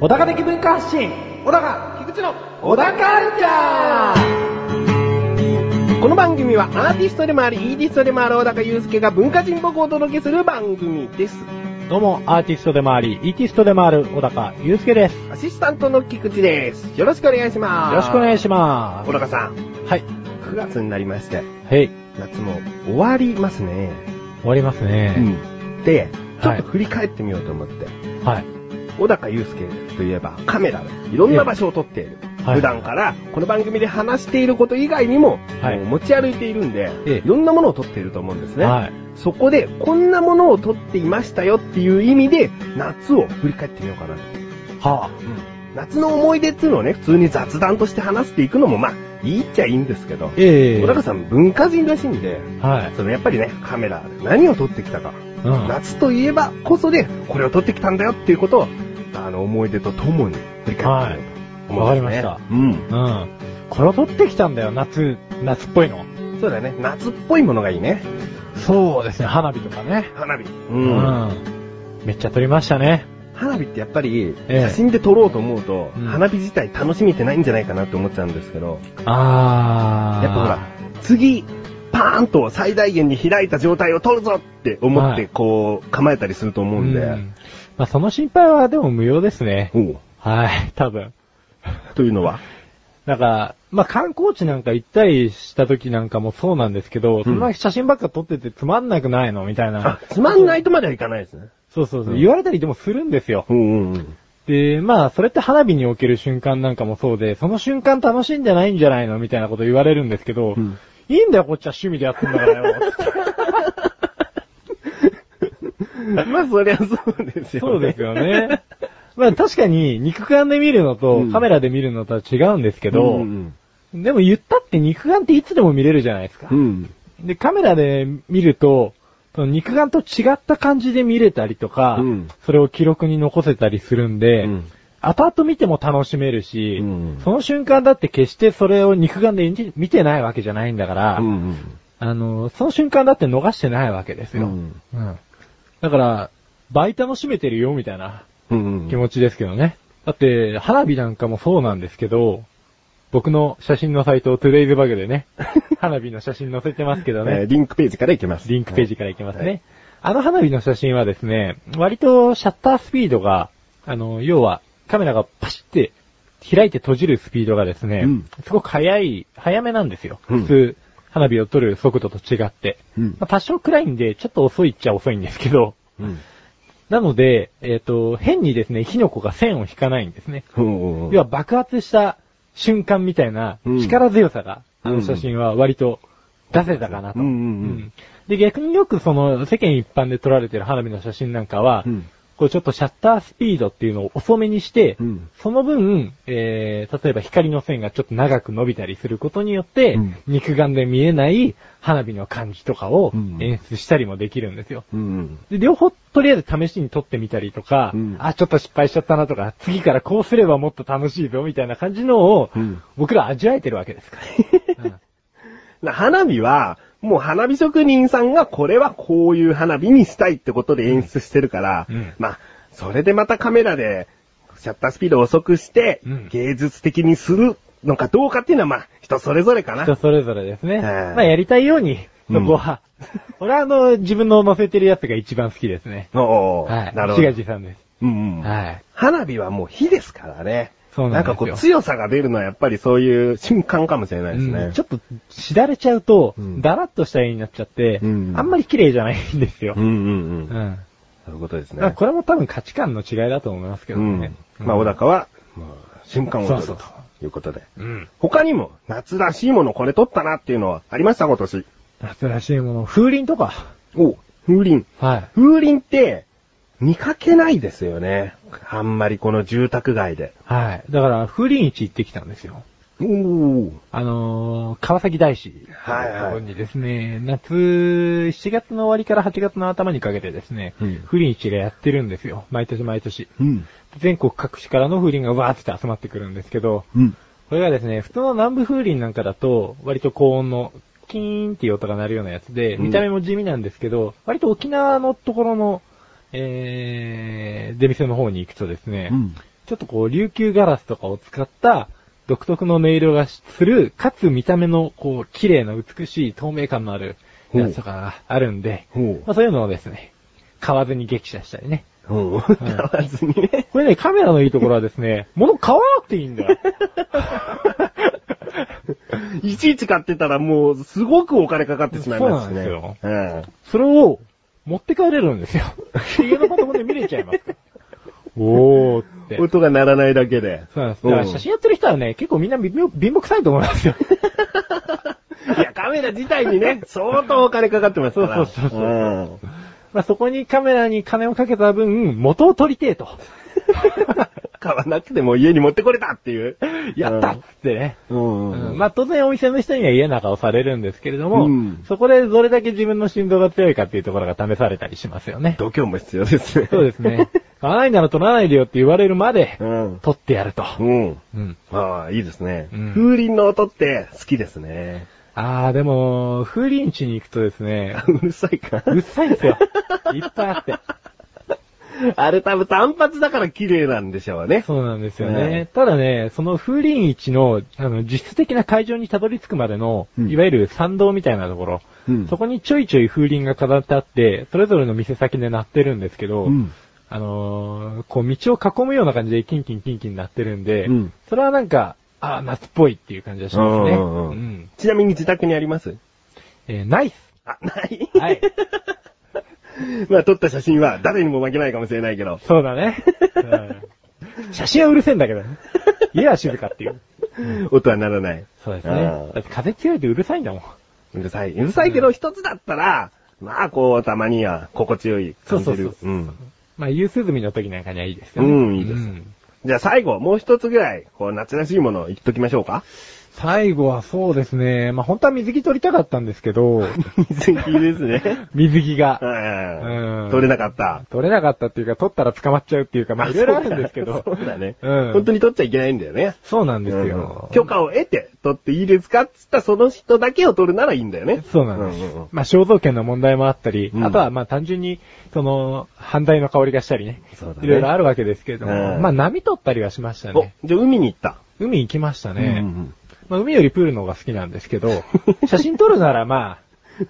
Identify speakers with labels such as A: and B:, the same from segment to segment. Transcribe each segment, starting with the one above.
A: 小高的文化発信小高菊池の小高カルチャーこの番組はアーティストでもありイーティストでもある小高祐介が文化人っぽくお届けする番組です
B: どうも、アーティストでもあり、イーティストでもある、小高祐介です。よ
A: アシスタントの菊池ですよろしくお願いします
B: ろしくお願
A: い
B: いしま
A: 小高さん
B: す。はい。
A: 9月になりまして
B: はい。終
A: 夏も終わりますね、
B: わりますね。
A: うんでちょっ
B: はい
A: と振り返ってみようと思って、
B: はい。
A: 小高祐介といえばカメラでいろんな場所を撮っている。
B: はい
A: 普段からこの番組で話していること以外にも、
B: はい
A: もう持ち歩いているんで、
B: ええ
A: いろんなものを撮っていると思うんですね。
B: はい。
A: そこでこんなものを撮っていましたよっていう意味で夏を振り返ってみようかなと。
B: は
A: 夏の思い出っていうのをね、普通に雑談として話していくのもまあ、いいっちゃいいんですけど
B: ぁ。、ええ
A: 小高さん文化人らしいんで、
B: はい。
A: そのやっぱりね、カメラで何を撮ってきたか、
B: うん。
A: 夏といえばこそで、これを撮ってきたんだよっていうことを、あの、思い出とともに振り返ってみようと思いすね
B: はいわか
A: うん。
B: うん。これを取ってきたんだよ、夏、夏っぽいの。
A: そうだね。夏っぽいものがいいね。
B: そうですね、花火とかね。
A: 花火。う
B: う。めっちゃ撮りましたね。
A: 花火ってやっぱり、
B: ええ
A: 写真で撮ろうと思うと、
B: うん
A: 花火自体楽しみてないんじゃないかなって思っちゃうんですけど、
B: あー。
A: やっぱほら、次、パーンと最大限に開いた状態を撮るぞって思っ
B: は
A: て、
B: い
A: こう、構えたりすると思うんで、
B: うんまあ、その心配はでも無用ですね。
A: おう
B: はい、多分。
A: というのは、
B: なんか、まあ、観光地なんか行ったりした時なんかもそうなんですけど、そんな写真ばっか撮っててつまんなくないのみたいな
A: あ。、つまんないとまではいかないですね。
B: そうそうそう。
A: うん
B: 言われたりでもするんですよ。
A: うんうんうん。
B: で、まあ、それって花火における瞬間なんかもそうで、その瞬間楽しんでないんじゃないのみたいなこと言われるんですけど、
A: うん
B: いいんだよ、こっちは趣味でやってんだからよ。
A: まあ、そりゃそうですよね。
B: そうですよね。まあ、確かに肉眼で見るのと、
A: うん
B: カメラで見るのとは違うんですけ
A: け
B: ど、
A: うん
B: でも言ったって肉眼っていつでも見れるじゃないですか。
A: うん。うん
B: で、カメラで見ると、その肉眼と違った感じで見れたりとか、
A: うん
B: それを記録に残せたりするんで、
A: うん
B: 後々見ても楽しめるし、
A: うん
B: その瞬間だって決してそれを肉眼で見てないわけじゃないんだから、
A: うんうん。
B: あの、その瞬間だって逃してないわけですよ。
A: うん
B: うんだから、倍楽しめてるよ、みたいな
A: うんうん
B: 気持ちですけどね。だって、花火なんかもそうなんですけど、僕の写真のサイト、トゥデイズバグで ね、花火の写真載せてますけどね
A: えー。リンクページからいきます。
B: リンクページからいきますね。
A: はい
B: あの花火の写真はですね、割とシャッタースピードが、あの、要はカメラがパシって開いて閉じるスピードがですね、
A: うん
B: すごく速い、早めなんですよ。
A: うん
B: 普通、花火を撮る速度と違って。
A: うん
B: まあ多少暗いんで、ちょっと遅いっちゃ遅いんですけど、
A: うん。
B: なので、えっ、と、変にですね、火の粉が線を引かないんですね。
A: うんうん
B: 要は爆発した瞬間みたいな
A: うん
B: 力強さが、あ
A: う
B: の
A: ん
B: 写真は割と出せたかなと。
A: うんうんうん
B: うんで、逆によくその世間一般で撮られてる花火の写真なんかは、
A: うん
B: こうちょっとシャッタースピードっていうのを遅めにして、
A: うん
B: その分、えー、例えば光の線がちょっと長く伸びたりすることによって、
A: うん
B: 肉眼で見えない花火の感じとかを
A: うん
B: 演出したりもできるんですよ。
A: うん
B: で、両方とりあえず試しに撮ってみたりとか、
A: うん
B: あ、ちょっと失敗しちゃったなとか、次からこうすればもっと楽しいぞみたいな感じのを、
A: うん
B: 僕ら味わえてるわけですから。 うん
A: な花火は、もう花火職人さんがこれはこういう花火にしたいってことで演出してるから、
B: うん
A: まあ、それでまたカメラでシャッタースピードを遅くして
B: うん、
A: 芸術的にするのかどうかっていうのはまあ、人それぞれかな。
B: 人それぞれですね。
A: はい
B: まあやりたいように、そ こは。俺はあの、自分の載せてるやつが一番好きですね。
A: おー
B: はい。
A: なるほど。
B: 志賀さんです。
A: うんうん
B: はい。
A: 花火はもう火ですからね。
B: そうなんですよ
A: かこう強さが出るのはやっぱりそういう瞬間かもしれないですね。
B: うんちょっと、しだれちゃうと、
A: うん
B: だらっとした絵になっちゃって、
A: うん
B: あんまり綺麗じゃないんですよ。
A: うんうんう
B: う
A: ん。
B: ん
A: そういうことですね。
B: まあこれも多分価値観の違いだと思いますけどね。
A: うん。まあ、小高は、まあ瞬間を撮る
B: そう
A: と
B: そうそ
A: いうことで。
B: うん。
A: 他にも、夏らしいものこれ撮ったなっていうのはありました、今年。
B: 夏らしいもの、風鈴とか。
A: お風鈴。
B: はい。
A: 風鈴って、見かけないですよね。あんまりこの住宅街で。
B: はい。だから、風鈴市行ってきたんですよ。
A: おー。
B: あのー、川崎大師。
A: はいはい
B: ここにですね、夏、7月の終わりから8月の頭にかけてですね、
A: うん
B: 風鈴市がやってるんですよ。毎年毎年。
A: うん。
B: 全国各地からの風鈴がわーって集まってくるんですけど、
A: うん。
B: これがですね、普通の南部風鈴なんかだと、割と高音の、キーンっていう音が鳴るようなやつで、
A: うん
B: 見た目も地味なんですけど、割と沖縄のところの、えー、出店の方に行くとですね、
A: うん。
B: ちょっとこう、琉球ガラスとかを使った、独特の音色がする、かつ見た目の、こう、綺麗な美しい透明感のあるやつとかがあるんで、
A: ほ
B: まあ、そういうのをですね、買わずに激写したりね。
A: う。ほう。買わずにね。
B: これね、カメラのいいところはです ね、物買わなくていいんだよ。
A: いちいち買ってたらもう、すごくお金かかってしまいますしね。
B: そうなんです
A: よ。
B: それを、持って帰れるんですよ。家のパソコンで見れちゃいますから。おーって。
A: うん。音が鳴らないだけで。
B: そうなんです。だから
A: うん
B: 写真やってる人はね、結構みんな貧乏貧乏くさいと思い ますよ。
A: いや、カメラ自体にね、相当お金かかってますから。
B: そうそうそうそ
A: うん。
B: まあそこにカメラに金をかけた分、元を取りて えと。
A: 買わなくても家に持ってこれたっていう。
B: やったっつってね。
A: うん。うん。
B: うんまあ当然お店の人には嫌な顔されるんですけれども、
A: うん
B: そこでどれだけ自分の心臓が強いかっていうところが試されたりします よね。
A: 度胸も必要ですね。
B: そうです ね。買わないなら取らないでよって言われるまで、
A: うん。
B: 取ってやると。
A: うん。
B: うん。
A: ああ、いいですね。
B: うん
A: 風鈴の音って好きですね。
B: あー、でも、風鈴地に行くとですね、
A: うるさいか。
B: うっさいんですよ。いっぱいあって。
A: あれ多分単発だから綺麗なんでしょうね。
B: そうなんですよ
A: ね
B: ね。ただね、その風鈴市の、あの、実質的な会場にたどり着くまでの、
A: うん
B: いわゆる参道みたいなところ、
A: うん
B: そこにちょいちょい風鈴が飾ってあって、それぞれの店先で鳴ってるんですけど、
A: うん
B: あのーこう道を囲むような感じでキンキンキンキン鳴ってるんで、
A: うん
B: それはなんか、あー夏っぽいっていう感じがします
A: う
B: ね。
A: んうんうん
B: ん
A: ちなみに自宅にあります
B: えーナイス
A: あ、ない。
B: はい。
A: まあ撮った写真は誰にも負けないかもしれないけど。
B: そうだね。うん写真はうるせえんだけどね。家は静かっていう。
A: 音は鳴らない。
B: そうです
A: あ
B: ね。
A: ー
B: だって風強いとうるさいんだもん。
A: うるさい。うるさいけど一つだったら、まあこう、たまには心地よい感じる。
B: そうそうそうそう
A: うん。
B: まあ、夕涼みの時なんかにはいいですよね。
A: うんいいです
B: ん
A: じゃあ最後、もう一つぐらい、こう、夏らしいものを言っときましょう か。
B: 最後はそうですね。まあ、本当は水着取りたかったんです けど、
A: 水着です ね。
B: 水着が
A: う。
B: うんん
A: 取れなかった。
B: 取れなかったっていうか、取ったら捕まっちゃうっていうか、まあ、いろいろあるんですけど。
A: そうだね。
B: うん
A: 本当に取っちゃいけないんだよね。
B: そうなんです
A: う
B: よ
A: ん。許可を得て取っていいですかっつったらその人だけを取るならいいんだよね。
B: そうなんです。
A: うんうんうん
B: まあ、肖像権の問題もあったり、
A: うん
B: あとは、まあ、単純に、その、犯罪の香りがしたりね。
A: そうだね
B: いろいろあるわけですけれども、
A: うん
B: まあ、波取ったりはしました
A: お
B: ね。、
A: じゃあ海に行った。
B: 海行きましたね。
A: うん
B: まあ、海よりプールの方が好きなんです けど、写真撮るならま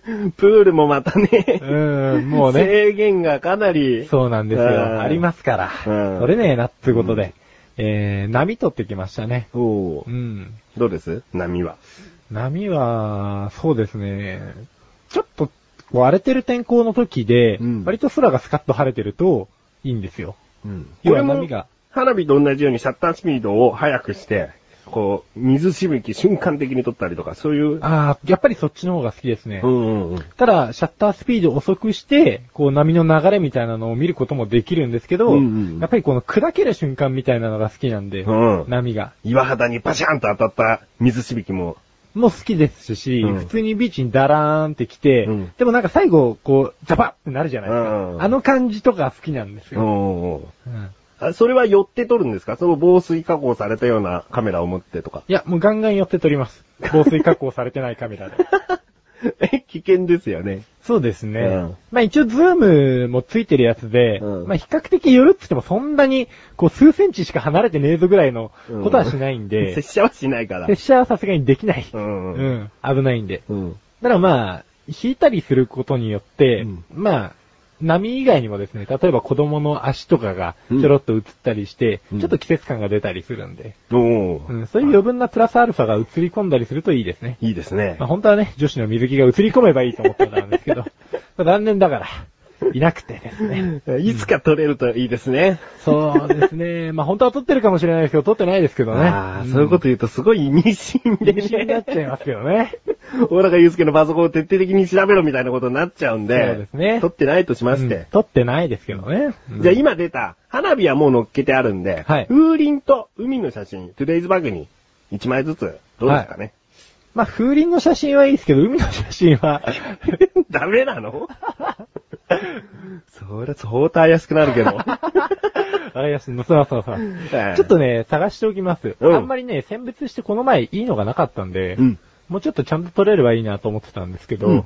A: うんプールもまた
B: あ、
A: ね、
B: うん、もうね。
A: 制限がかなり。
B: そうなんです
A: うん
B: よ。ありますから。
A: うん
B: 取れねえなってことで、えー、波取ってきましたね。
A: お
B: う
A: ー
B: ん。
A: どうです波は。
B: 波は、そうですね。ちょっと、こう荒れてる天候の時で、
A: うん
B: 割と空がスカッと晴れてると、いいんですよ。
A: これ
B: 要は
A: も
B: 波が、
A: 花火と同じようにシャッタースピードを速くして、こう、水しぶき瞬間的に撮ったりとか、そういう。
B: ああ、やっぱりそっちの方が好きですね。
A: んうんうん。
B: ただ、シャッタースピード遅くして、こう波の流れみたいなのを見ることもできるんですけど、
A: うんうん
B: やっぱりこの砕ける瞬間みたいなのが好きなんで、
A: うん
B: 波が。
A: 岩肌にパシャンと当たった水しぶきも、
B: も好きですし、
A: うん
B: 普通にビーチにダラーンって来て、
A: うん
B: でもなんか最後、こう、ザバッってなるじゃないですか。
A: うんうん
B: あの感じとか好きなんですよ。うん
A: あそれは寄って撮るんですかその防水加工されたようなカメラを持ってとか。
B: いや、もうガンガン寄って撮ります。防水加工されてないカメラ で。
A: え、危険ですよね。
B: そうですね。
A: うん
B: まあ一応ズームもついてるやつで、
A: うん
B: まあ比較的寄るっつってもそんなに、こう数センチしか離れてねえぞぐらいの
A: うん
B: ことはしないんで、
A: 拙者はしない から
B: 拙。者はさすがにできない。
A: うんうん
B: うん。危ないんで。
A: うん。
B: だからまあ、引いたりすることによって、
A: うん
B: まあ、波以外にもですね、例えば子供の足とかがちょろっと映ったりして、
A: うん
B: ちょっと季節感が出たりするんで、
A: おー
B: うんそういう余分なプラスアルファが映り込んだりするといいですね。
A: いいですね
B: まあ、。本当はね、女子の水着が映り込めばいいと思ってたんですけ ど、まあ残念だから、いなくてですね。
A: いつか撮れるといいですね。
B: そうですね。まあ本当は撮ってるかもしれないですけど、撮ってないですけどね。
A: ああ、そういうこと言うとすごい意味深で
B: 厳しになっ
A: ね。
B: ちゃいますけどね。
A: 大高祐介のパソコンを徹底的に調べろみたいなことになっちゃうんで。
B: そうですね
A: 撮ってないとしまし
B: うん
A: て。
B: 撮ってないですけどね。うん
A: じゃあ今出た、花火はもう乗っけてあるんで、
B: はい
A: 風鈴と海の写真、トゥデイズバグに1枚ずつ、どうですかね。
B: まあ風鈴の写真はいいですけど、海の写真は、
A: ダメなのそりゃ相当怪しくなるけ ど。
B: あやしの、そうそうそう。ちょっとね、探しておきます。
A: うん
B: あんまりね、選別してこの前いいのがなかったんで、
A: うん。
B: もうちょっとちゃんと取れればいいなと思ってたんですけ
A: うん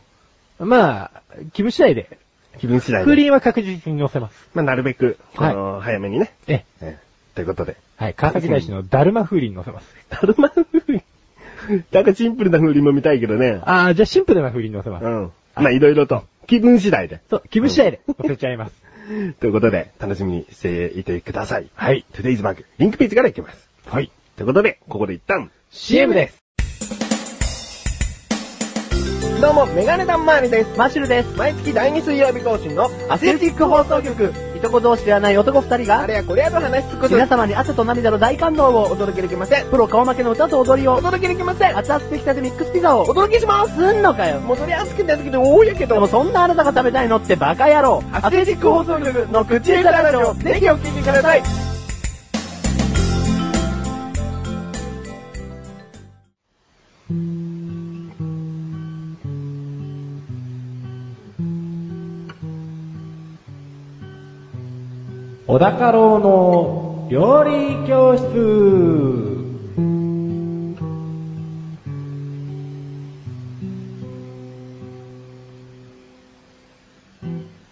B: ど、まあ、気分次第で、
A: 気分次第
B: 風
A: で。
B: 鈴は確実に載せます。
A: まあ、なるべく、
B: はい
A: あの早めにね。
B: ええ、
A: ええということで。
B: はい、川崎大師のだるま風鈴に載せます。
A: だるま風鈴。なんかシンプルな風鈴も見たいけどね。
B: あー、じゃあシンプルな風鈴に載せます
A: う。ん。まあ、いろいろと。気分次第で。
B: そう、気分次第で載せちゃいます。
A: ということで、楽しみにしていてください。
B: はい。
A: Today's Bug、リンクページからいきます。
B: はい。
A: ということで、ここで一旦、
B: CM です。
A: どうも、メガネタンマーニです。
C: マッシュルです。
A: 毎月第2水曜日更新の
C: アスレティック放送局。いとこ同士ではない男二人
A: あ
C: が、
A: れやこれやと話しつく
C: 皆様に汗と涙の大感動を
A: お
C: お
A: 届けできません。
C: プロ顔負けの歌と踊り
A: お
C: を、
A: 届けできません。
C: 熱々出来たてミックスピザ
A: お
C: を、
A: 届けします。
C: すんのかよ。
A: もうそれ熱くなってきて多いやけ
C: でも
A: ど。
C: そんなあなたが食べたいのってバカ野郎。
A: アスレティック放送局の口下手ラジオ、ぜひお聞きください。
B: 小高郎の料理教室。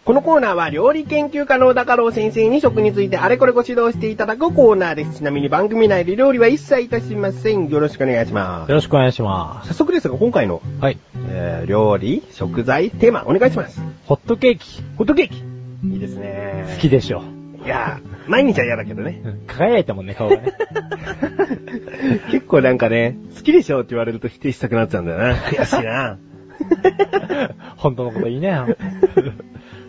A: このコーナーは料理研究家の小高郎先生に食についてあれこれご指導していただくコーナーです。ちなみに番組内で料理は一切いたしません。よろしくお願いしま。
B: よろしくお願いします
A: 早速ですが、今回の、
B: す。はい。
A: えー、料理、食材、テーマ、お願いします。
B: ホットケーキ、
A: ホットケーキ。いいですね
B: 好きでしょ。
A: いやー、毎日は嫌だけどね。
B: うん輝いたもんね、顔がね。
A: 結構なんかね、好きでしょって言われると否定したくなっちゃうんだよな。 悔しいな。
B: 本当のこといいね。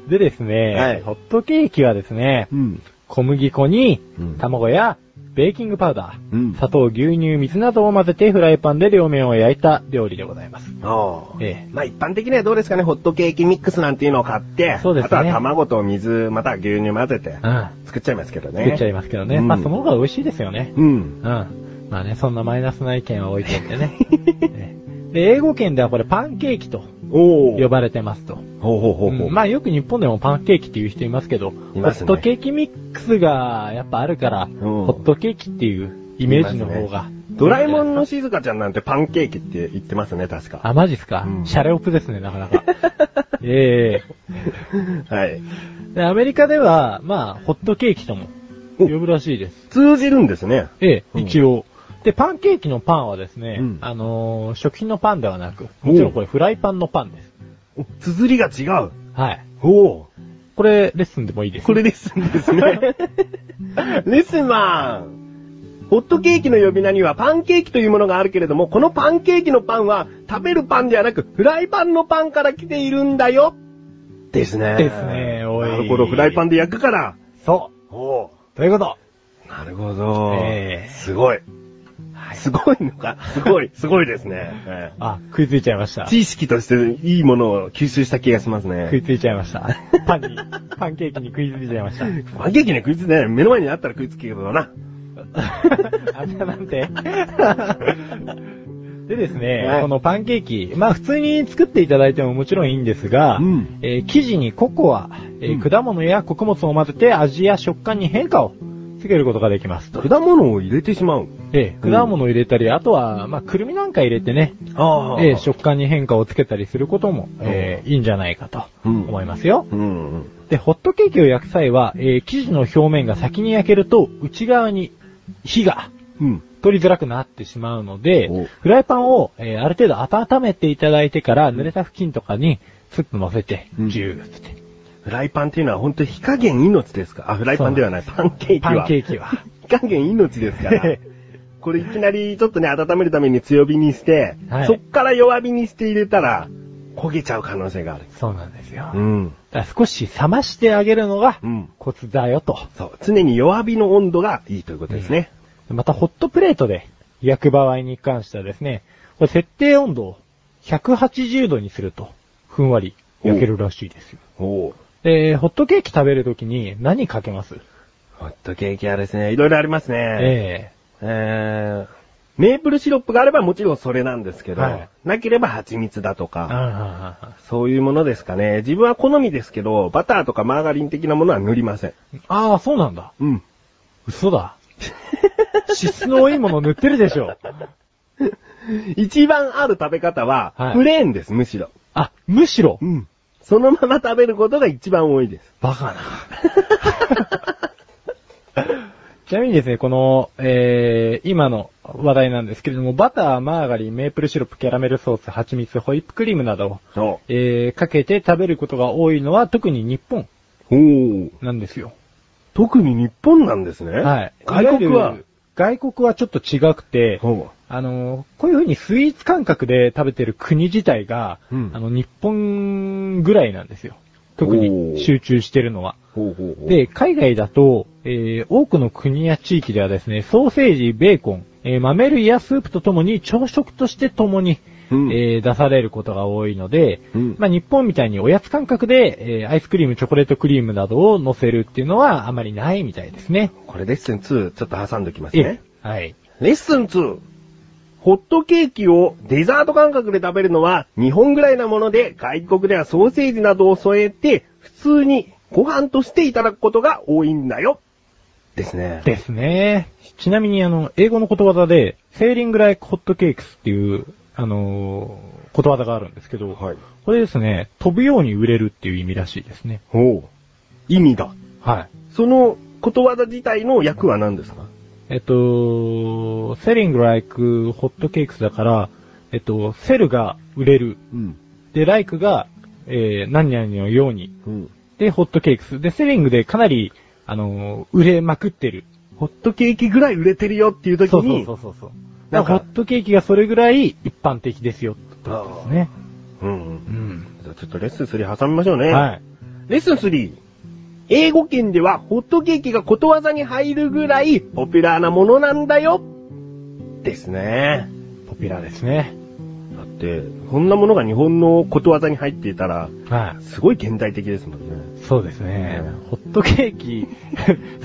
B: でですね、
A: はい
B: ホットケーキはですね、
A: うん。
B: 小麦粉に
A: うん
B: 卵やベーキングパウダー、
A: うん
B: 砂糖、牛乳、水などを混ぜてフライパンで両面を焼いた料理でございます。
A: ああ。
B: ええ
A: まあ一般的にはどうですかね、ホットケーキミックスなんていうのを買って、
B: そうですね
A: あとは卵と水、または牛乳混ぜて
B: う、ん。
A: 作っちゃいますけどね。
B: 作っちゃいますけどね。
A: うん
B: まあその方が美味しいですよね。
A: うん。
B: うん。まあね、そんなマイナスな意見は置いといて ね。ええで、英語圏ではこれパンケーキと
A: おお。
B: 呼ばれてますと。
A: ほうほうほうほう。
B: うんまあよく日本でもパンケーキっていう人いますけど、
A: い
B: ホ
A: ます
B: ッ
A: ね
B: トケーキミックスがやっぱあるから、ホットケーキっていうイメージの方が。
A: ドラえもんの静香ちゃんなんてパンケーキって言ってますね、確か。
B: あ、マジっすか、
A: うん
B: シャレオプですね、なか なか。え
A: はい。
B: えでアメリカでは、まあ、ホットケーキとも呼ぶらしいです。
A: 通じるんですね。
B: え
A: うん
B: え、一応。で、パンケーキのパンはですね、
A: うん
B: あのー食品のパンではなく、もちろんこれフライパンのパンです。
A: お綴りが違う。
B: はい。
A: おお。
B: これ、レッスンでもいいです。
A: これレッスンですね。 レッスンマンホットケーキの呼び名にはパンケーキというものがあるけれども、このパンケーキのパンは食べるパンではなく、フライパンのパンから来ているんだよですね
B: ですねおい
A: なるほど、フライパンで焼くから。
B: そう。
A: お
B: ということ。
A: なるほど
B: ええ
A: すごい。
B: はい
A: すごいのかすご い、すごいですね。え
B: あ、食いついちゃいまし
A: え
B: た。
A: 知識としていいものを吸収した気がします
B: 食い
A: ね。
B: ついちゃいました。パンに、パンケーキに食いついちゃい ました。
A: パンケーキね、食いついてない。目の前にあったら食いつくけどな。
B: あんななんて。でですね、
A: はい
B: このパンケーキ、まあ普通に作っていただいてももちろんいいんですが、
A: うん
B: えー生地にココア、えー
A: うん
B: 果物や穀物を混ぜて味や食感に変化をつけることができますと。
A: 果物を入れてしまう。
B: えー
A: うん
B: 果物を入れたり、あとは、まあ、くるみなんか入れてね、
A: あ
B: えー食感に変化をつけたりすることも、えーいいんじゃないかと
A: うん
B: 思いますよ。
A: うんうん。
B: で、ホットケーキを焼く際は、えー生地の表面が先に焼けると、内側に火が
A: うん。
B: 取りづらくなってしまうので
A: お、
B: フライパンを、えーある程度温めていただいてから、濡れた布巾とかに、スッと乗せて、
A: うん
B: ジューって。
A: フライパンっていうのは本当に火加減命ですかあ、フライパンではない。パンケーキ
B: パ
A: は。
B: ンケーキは。
A: 火加減命です から。これいきなりちょっとね、温めるために強火にして、
B: はい
A: そっから弱火にして入れたら、焦げちゃう可能性がある。
B: そうなんですよ。
A: ん。
B: だから少し冷ましてあげるのが
A: うん、
B: コツだよと。
A: そう。常に弱火の温度がいいということですね。
B: また、ホットプレートで焼く場合に関してはですね、これ設定温度を180度にすると、ふんわり焼けるらしいですよ。
A: おお。
B: で、ホットケーキ食べるときに何かけます
A: ホットケーキはですね、いろいろありますね。
B: え
A: えー、メープルシロップがあればもちろんそれなんですけど、
B: はい
A: なければ蜂蜜だと
B: あ
A: か、
B: ああ
A: そういうものですかね。自分は好みですけど、バターとかマーガリン的なものは塗りません。
B: あああ、そうなんだ。
A: うん。
B: 嘘だ。脂質の多いもの塗ってるでしょ。
A: 一番ある食べ方は
B: は、い
A: プレーンです、むしろ。
B: あ、むしろ。
A: うん。そのまま食べることが一番多いです。
B: バカな。 ちなみにですね、この、えー、今の話題なんですけれども、バター、マーガリン、メープルシロップ、キャラメルソース、蜂蜜、ホイップクリームなどを、
A: そ
B: えー、かけて食べることが多いのは特に日本
A: う。おお。
B: なんですよ。
A: 特に日本なんですね。
B: はい。
A: 外国
B: いわ
A: は
B: ゆる外国はちょっと違くて、
A: ほ
B: あの、こういう風にスイーツ感覚で食べてる国自体が、
A: うん
B: あの、日本ぐらいなんですよ。特
A: おー
B: に集中してるのは。
A: う。ほうほうほう。
B: で、海外だと、えー多くの国や地域ではですね、ソーセージ、ベーコン、えー豆類やスープとともに朝食としてともに、
A: うん
B: えー出されることが多いので、
A: うん
B: まあ、日本みたいにおやつ感覚で、えーアイスクリーム、チョコレートクリームなどを乗せるっていうのはあまりないみたいですね。
A: これレッスン2、ちょっと挟んでおきますね。
B: えはい。
A: レッスン 2! ホットケーキをデザート感覚で食べるのは日本ぐらいなもので外国ではソーセージなどを添えて普通にご飯としていただくことが多いんだよ。ですね。
B: ですね。ちなみに、あの、英語のことわざで、セーリングライクホットケーキスっていう、あのーことわざがあるんですけど、
A: はい。
B: これですね、飛ぶように売れるっていう意味らしいですね。
A: ほう。意味だ。
B: はい。
A: そのことわざ自体の役は何ですか
B: えっと、セリングライクホットケークスだから、えっと、セルが売れる。
A: うん。
B: で、ライクが、えー、何々のように。
A: うん。
B: で、ホットケークス。で、セリングでかなり、あのー売れまくってる。
A: ホットケーキぐらい売れてるよっていう時
B: そうそう
A: に、
B: そうそうそう。
A: な
B: なんん
A: か
B: かホットケーキがそれぐらい一般的ですよ、ってことですね。
A: うんう。
B: うんん。
A: じゃあちょっとレッスン3挟みましょうね。
B: はい。
A: レッスン3。英語圏ではホットケーキがことわざに入るぐらいポピュラーなものなんだよ。ですね。
B: ポピュラーですね。
A: だって、こんなものが日本のことわざに入っていたら、
B: は
A: すごい現代的ですもんね。
B: い。そうですね。ホットケー キ、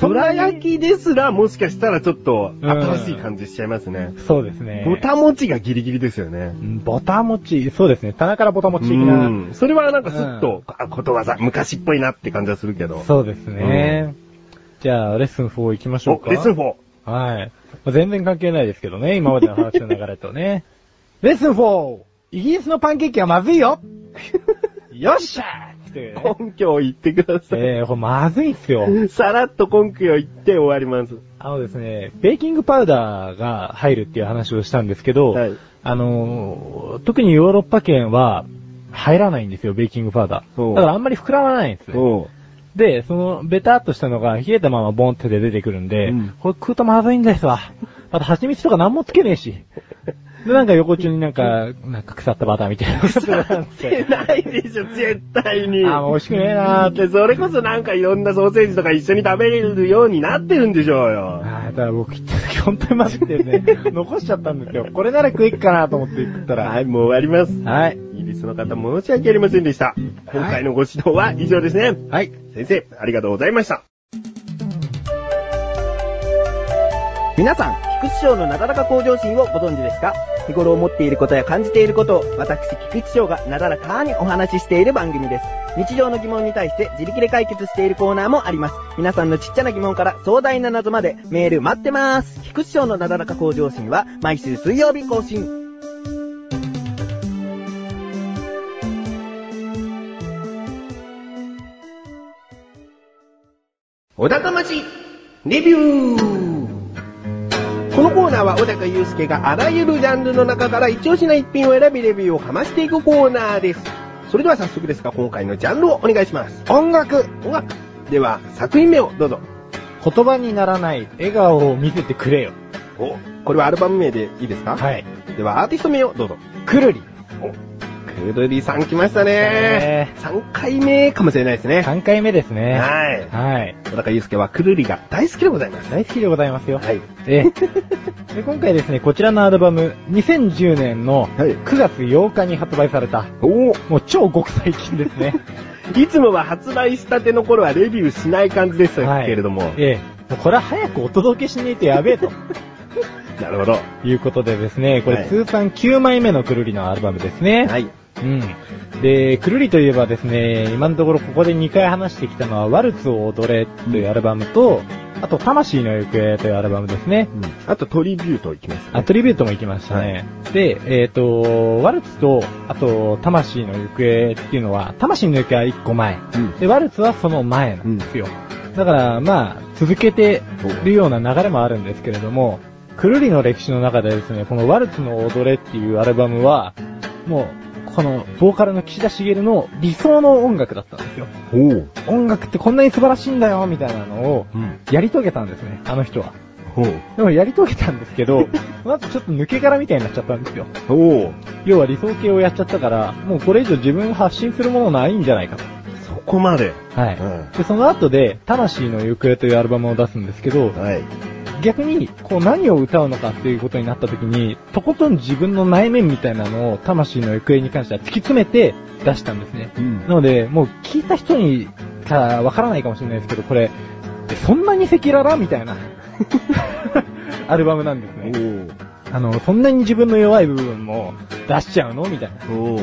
A: どら焼きですらもしかしたらちょっと
B: ん
A: 新しい感じしちゃいますね。
B: そうですね。
A: ボタ持ちがギリギリですよね
B: う。んボタン持ち、そうですね。棚からボタン持ち的
A: う
B: な。
A: んそれはなんかすっと、あことわざ、昔っぽいなって感じはするけど。
B: そうですね。じゃあ、レッスン4行きましょう
A: お
B: か。
A: レッスン 4!
B: はい。まあ全然関係ないですけどね、今までの話の流れとね。 レッスン 4! イギリスのパンケーキはまずいよよっしゃー って、ね。
A: 根拠を言ってください。
B: えー、これまずいっすよ。
A: さらっと根拠を言って終わります。
B: あのですね、ベーキングパウダーが入るっていう話をしたんですけど、
A: はい
B: あのー特にヨーロッパ圏は入らないんですよ、ベーキングパウダ
A: おう
B: ー。だからあんまり膨らまないんですね。
A: おう
B: で、その、ベターっとしたのが冷えたままボンって出てくるんで、
A: うん
B: これ食うとまずいんですわ。あと蜂蜜とか何もつけねえし。で、なんか横中になんか、なんか腐ったバターみたいなのが あっ
A: 出
B: て。
A: ないでしょ、絶対に。
B: あー、もう美味しくねえなーって。
A: で、それこそなんかいろんなソーセージとか一緒に食べれるようになってるんでしょう
B: あ
A: よ。
B: ーだから僕行った時本当にまずくてね、残しちゃったんですよ。これなら食いっかなと思って行った
A: は
B: ら。
A: い、もう終わります。
B: はい。
A: イギリスの方申し訳ありませんでした。今回のご指導は以上ですね。
B: はい。
A: 先生、ありがとうございました。皆さん、
C: 菊池賞のなだらか向上心をご存知ですか日頃思っていることや感じていることを私、菊池翔がなだらかにお話ししている番組です。日常の疑問に対して自力で解決しているコーナーもあります。皆さんのちっちゃな疑問から壮大な謎までメール待ってます。菊池翔のなだらか向上心は毎週水曜日更新。
A: 小高町レビューこのコーナーは小高祐介があらゆるジャンルの中から一押しな一品を選びレビューをかましていくコーナーです。それでは早速ですが、今回のジャンルをお願いします。
B: 音楽
A: 音楽。では、作品名をどうぞ。
B: 言葉にならない笑顔を見せてくれよ。
A: お、これはアルバム名でいいですか
B: はい。
A: い。では、アーティスト名をどうぞ。
B: くるり。
A: お、クードリーさん来ましたね
B: ね。
A: 3回目かもしれないですね。
B: 3回目ですね。
A: はい。
B: はい。
A: 小高祐介はくるりが大好きでございます。
B: 大好きでございますよ。
A: はい。
B: ええで今回ですね、こちらのアルバム、2010年の
A: はい
B: 9月8日に発売された、
A: お
B: もう超極最近です ね。
A: いつもは発売したての頃はレビューしない感じでしたけれども、
B: ええもうこれは早くお届けしねえとやべえと。
A: なるほど。は
B: いうことでですね、こ
A: は
B: れ
A: い
B: 通算9枚目のくるりのアルバムですね。
A: い。
B: うん。で、くるりといえばですね、今のところここで2回話してきたのは、ワルツを踊れというアルバムと、あと、魂の行方というアルバムですね。
A: あとトリビュートいきます、
B: アトリビュートも行きましたね。で、えっ、と、ワルツと、あと、魂の行方っていうのは、魂の行方は1個前。
A: うん
B: で、ワルツはその前なんですよ。だから、まあ、続けてるような流れもあるんですけれども、くるりの歴史の中でですね、このワルツの踊れっていうアルバムは、もう、この、ボーカルの岸田茂の理想の音楽だったんですよ。
A: おう。
B: 音楽ってこんなに素晴らしいんだよ、みたいなのを、
A: うん。
B: やり遂げたんですね、あの人は。
A: ほう。
B: でもやり遂げたんですけ ど、まずちょっと抜け殻みたいになっちゃったんですよ。
A: おう。
B: 要は理想系をやっちゃったから、もうこれ以上自分を発信するものないんじゃないかと。
A: そこまで。
B: はい。
A: うん
B: で、その後で、魂の行方というアルバムを出すんですけど、
A: はい。
B: 逆に、こう何を歌うのかっていうことになった時に、とことん自分の内面みたいなのを魂の行方に関しては突き詰めて出したんですね。
A: うん
B: なので、もう聞いた人にからわからないかもしれないですけど、これ、えそんなに赤裸々みたい な、アルバムなんですね。あの、そんなに自分の弱い部分も出しちゃうのみたいな。
A: おう。おう。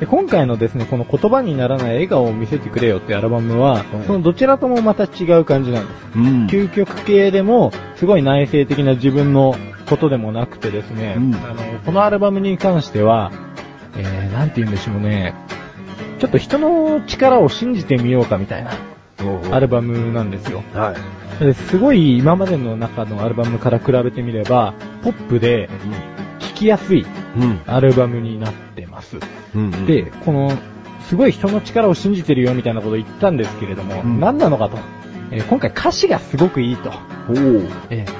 B: で、今回のですね、この言葉にならない笑顔を見せてくれよってアルバムは、
A: い
B: そのどちらともまた違う感じなんです。
A: うん
B: 究極系でも、すごい内省的な自分のことでもなくてですね、
A: うん
B: あの、このアルバムに関しては、えー、なんて言うんでしょうね、ちょっと人の力を信じてみようかみたいなアルバムなんですよ。
A: はい。
B: ですごい今までの中のアルバムから比べてみれば、ポップで聴きやすい
A: うん。
B: アルバムになってます。
A: うん
B: で、、この、すごい人の力を信じてるよみたいなことを言ったんですけれども、
A: うん
B: 何なのかと、えー今回歌詞がすごくいいと。
A: おう。
B: えー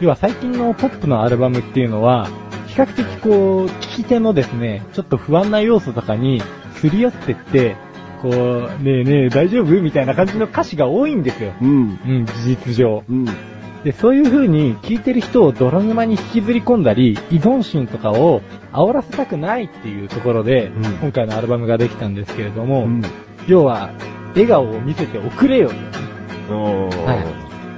B: 要は最近のポップのアルバムっていうのは、比較的こう、聞き手のですね、ちょっと不安な要素とかにすり寄ってって、こう、ねえねえ大丈夫みたいな感じの歌詞が多いんですよ。
A: うん。
B: うん、事実上。
A: うん。
B: で、そういう風に聞いてる人を泥沼に引きずり込んだり、依存心とかを煽らせたくないっていうところで、
A: うん
B: 今回のアルバムができたんですけれども、
A: うん。
B: 要は、笑顔を見せておくれよ。
A: おう。
B: は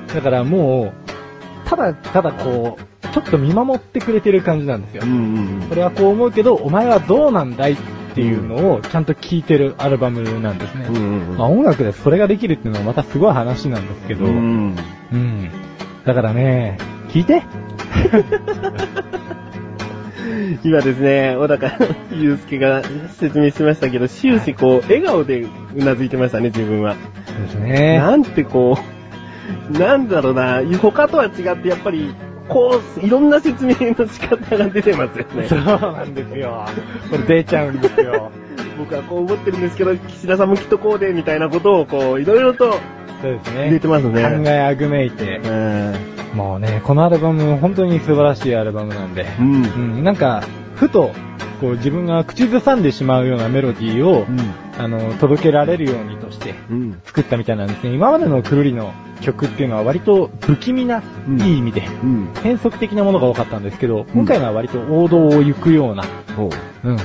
B: いだからもう、ただただこう、ちょっと見守ってくれてる感じなんですよ
A: う。んうん
B: これはこう思うけど、お前はどうなんだいっていうのをちゃんと聞いてるアルバムなんですね。
A: うん。うん。
B: まあ、音楽でそれができるっていうのはまたすごい話なんですけど、
A: うん。
B: うん。だからね、聞いて
A: 今ですね、小高 祐介が説明しましたけど、終始こう、笑顔でうなずいてましたね、自分は。
B: そうですね。
A: なんてこう、なんだろうな、他とは違って、やっぱり、こう、いろんな説明の仕方が出てますよね
B: そう。なんですよ。これ出ちゃうんですよ。
A: 僕はこう思ってるんですけど、岸田さんもきっとこうで、みたいなことを、こう、いろいろと
B: そうです
A: 出
B: ね。
A: てます
B: 考
A: ね。
B: えあぐめいて。もうね、このアルバム、本当に素晴らしいアルバムなんで。
A: うん。
B: うん、なんか、ふと、こう自分が口ずさんでしまうようなメロディーを、あの、届けられるようにとして
A: うん。
B: 作ったみたいなんですね。今までのくるりの曲っていうのは割と不気味な、
A: うん
B: いい意味で、
A: うん。
B: 変則的なものが多かったんですけど、今回のは割と王道を行くような、
A: そう。
B: うん、
A: じ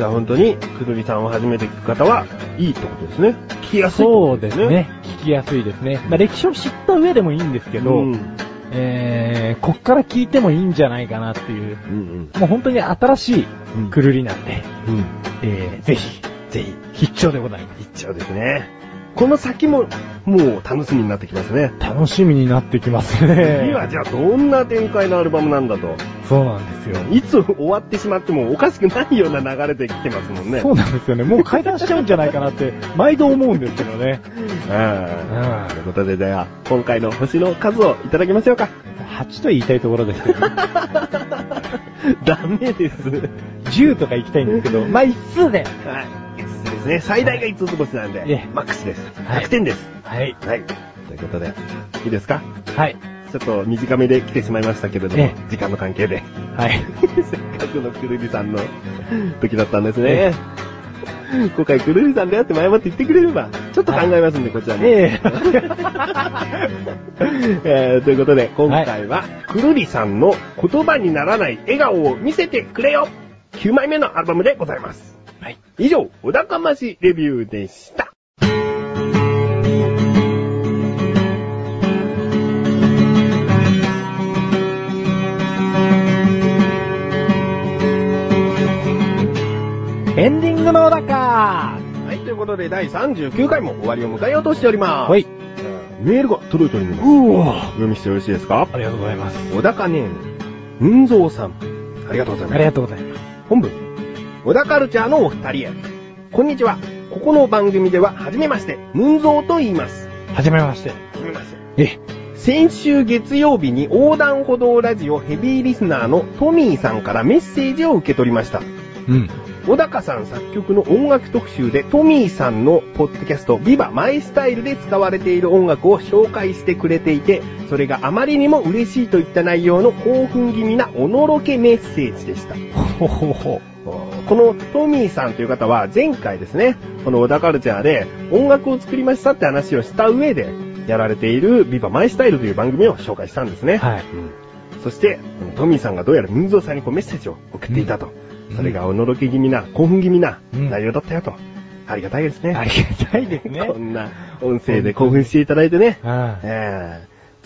A: ゃあ本当に、くるりさんを始めていく方は、いいってことですね。聞きやすいって
B: そ
A: こ
B: う
A: と
B: です。ね。聞きやすいですね。まあ、歴史を知った上でもいいんですけ
A: け
B: ど、
A: ど、うん。
B: えー、こっから聞いてもいいんじゃないかなっていう、
A: うん。
B: もう本当に新しい
A: うん
B: くるりなんで、
A: うん。
B: えー、ぜひ、
A: ぜひ、
B: 必聴でございます。
A: 行っちゃうですね。この先も、もう楽しみになってきますね。
B: 楽しみになってきますね。
A: 次はじゃあどんな展開のアルバムなんだと。
B: そうなんですよ。
A: いつ終わってしまってもおかしくないような流れで来てますもんね。。
B: そううなんですよね。もう解散しちゃうんじゃないかなって、 毎度思うんですけどね。
A: ん。ということで、じゃあ、今回の星の数をいただきましょうか。
B: 8と言いたいところです けど、
A: ダメです。
B: 10とか行きたいんですけど、まあ、1通
A: は
B: で。
A: い。5つですね。最大が5つ星なんで、
B: いえ
A: マックスです。
B: はい
A: 100点です。
B: はい。
A: はい。ということで、いいですか
B: はい。
A: ちょっと短めで来てしまいましたけれども
B: え、
A: 時間の関係で。
B: はい。
A: せっかくのくるりさんの時だったんですね。今回くるりさんだよって前もって言ってくれれば、ちょっと考えますんで、こちらも。
B: え え
A: えーということで、今回は、くるりさんの言葉にならない笑顔を見せてくれよ !9 枚目のアルバムでございます。
B: はい。
A: 以上、お高ましレビューでした。
B: エンディングの小高
A: はい、ということで第39回も終わりを迎えようとしております。
B: はい。
A: メールが届いております。
B: うわ
A: お読みしてよろしいですか
B: ありがとうございます。
A: 小高ネーム、うんぞうさん。ありがとうございます。
B: ありがとうございます。
A: 本部、小田カルチャーのお二人へ。こんにちは。ここの番組では、はじめまして、ムンゾーと言います。
B: はじめまして。
A: はじめまして。
B: え、
A: 先週月曜日に横断歩道ラジオヘビーリスナーのトミーさんからメッセージを受け取りました。
B: うん。
A: 小高さん作曲の音楽特集でトミーさんのポッドキャストビバマイスタイルで使われている音楽を紹介してくれていて、それがあまりにも嬉しいといった内容の興奮気味なおのろけメッセージでした。
B: ほほほ。
A: このトミーさんという方は前回ですね、この小田カルチャーで音楽を作りましたって話をした上で、やられているビバマイスタイルという番組を紹介したんですね。
B: は
A: う
B: い。
A: んそして、トミーさんがどうやら文蔵さんにこうメッセージを送っていたと。
B: うん
A: それがおのろけ気味な、興奮気味な
B: うん
A: 内容だったよと。ありがたいですね。。
B: ありがたいですね
A: こんな音声で興奮していただいてね。
B: ああ
A: え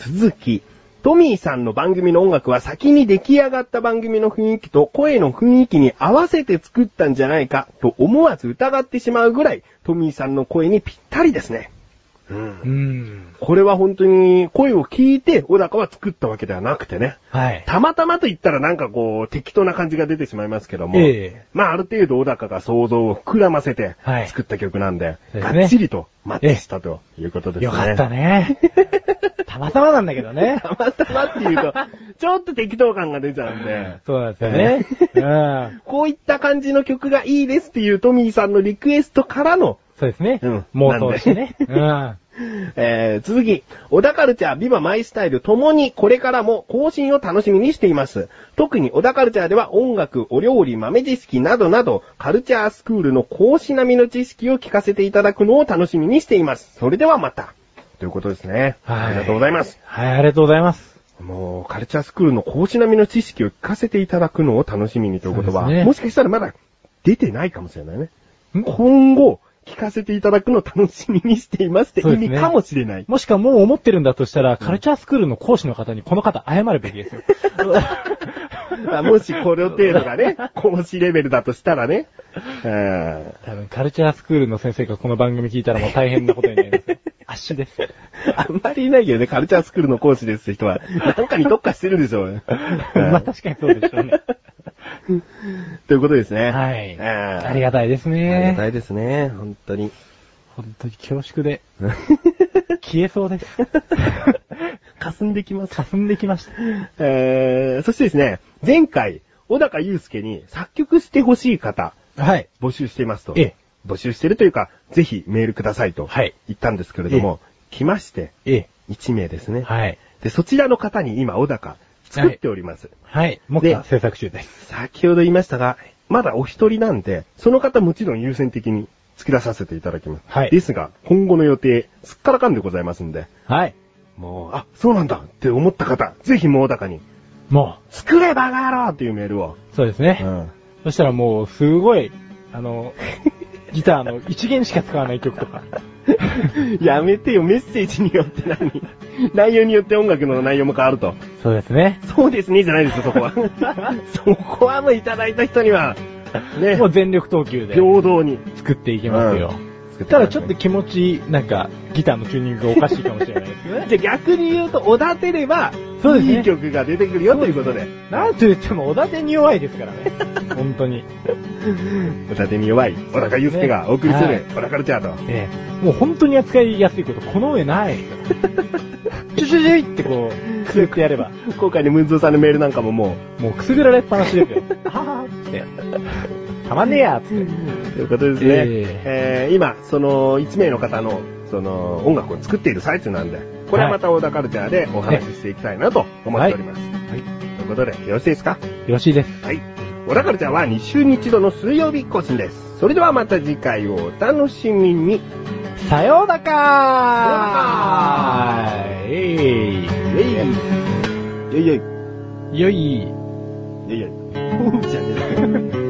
A: ー続き、トミーさんの番組の音楽は先に出来上がった番組の雰囲気と声の雰囲気に合わせて作ったんじゃないかと思わず疑ってしまうぐらい、トミーさんの声にぴったりですね。う。
B: うんん。
A: これは本当に声を聞いて小高は作ったわけではなくてね。
B: はい。
A: たまたまと言ったらなんかこう適当な感じが出てしまいますけども。
B: ええ
A: まあある程度小高が想像を膨らませて
B: はい
A: 作った曲なんで、
B: そうですね
A: がっちりとマッチしたということですね。
B: よかっ たね。たまたまなんだけどね。
A: たまたまっていう と、ちょっと適当感が出ちゃうんで、
B: そうなんですよね。うん。
A: こういった感じの曲がいいですっていうトミーさんのリクエストからの、
B: そうですね。
A: うん
B: 妄想してね。
A: な
B: う
A: で
B: んん。は
A: えー、続き、小田カルチャー、ビバマイスタイルともにこれからも更新を楽しみにしています。特に小田カルチャーでは音楽、お料理、豆知識などなど、カルチャースクールの講師並みの知識を聞かせていただくのを楽しみにしています。それではまた。ということですね。
B: はい
A: ありがとうございます。
B: い、ありがとうございます。
A: もう、カルチャースクールの講師並みの知識を聞かせていただくのを楽しみにということは、
B: そうですね
A: もしかしたらまだ出てないかもしれないね。
B: ん
A: 今後、聞かせていただくのを楽しみにしていますって
B: そう
A: 意
B: ですね
A: 味かもしれない。
B: もしかもう思ってるんだとしたら、カルチャースクールの講師の方にこの方謝るべきですよ。
A: あもしこの程度が ね、講師レベルだとしたらね。うん
B: 多分、カルチャースクールの先生がこの番組聞いたらもう大変なことになり ますよ。圧死です。
A: あんまりいないけどね、カルチャースクールの講師ですって人は、なんかに特化してるんでしょうね。
B: まあ確かにそうでしょうね。
A: ということですね。
B: はい。
A: うん
B: ありがたいです
A: ありがた
B: ね。
A: いですね、本当に。
B: 本当に恐縮で。消えそうです。
A: 霞んできます。
B: 霞んできました。
A: えー、そしてですね、前回、小高祐介に作曲してほしい方、
B: はい。
A: 募集していますと。
B: ええ
A: 募集してるというか、ぜひメールくださいと。
B: はい
A: 言ったんですけれども、来まして、
B: え
A: 1名ですね。
B: え。はい。
A: で、そちらの方に今、小高、作っております。
B: はい。も
A: で
B: う制作中です。
A: 先ほど言いましたが、まだお一人なんで、その方もちろん優先的に作らさせていただきます。
B: はい
A: ですが、今後の予定、すっからかんでございますんで、
B: はい。
A: もう、あ、そうなんだって思った方、ぜひもう小高に、
B: も
A: 作ればが野郎っていうメールを。
B: う、そうですね。
A: うん。
B: そしたらもう、すごい、あの、ギターの一弦しか使わない曲とか。
A: やめてよ、メッセージによって何内容によって音楽の内容も変わると。
B: そうですね。
A: そうですね、じゃないですよ、そこは。そこはもういただいた人には、ね
B: も、う全力投球で
A: 平等に。
B: 作っていきますよ。
A: うん
B: ただちょっと気持ち、なんか、ギターのチューニングがおかしいかもしれないですね。
A: じゃあ逆に言うと、おだてれば、
B: そうですね
A: いい曲が出てくるよということで。
B: なんと言っても、おだてに弱いですからね。本当に。
A: おだてに弱い、小高祐介がお送りす
B: は
A: る
B: い、
A: 小高ルチャーと。
B: ええ。もう本当に扱いやすいこと、この上ない。チュチュチュってこう、くすぐってやれば。
A: 今回のムンズーさんのメールなんかもも
B: もうくすぐられっぱなしですよ。はぁーって。たまんねえやつって。
A: う、ということですね。
B: え
A: えー今、その1名の方の、その音楽を作っている最中なんで、これはまた小高ルチャーでお話ししていきたいなと思っております。
B: はい。よ
A: ということで、よろしいですか
B: ろしいです。
A: はい。小田カルチャーは2週に1度の水曜日更新です。それではまた次回をお楽しみに。
B: さような
A: か
B: かーい
A: えい。よいよい。よ
B: よい
A: いよい。じゃねえ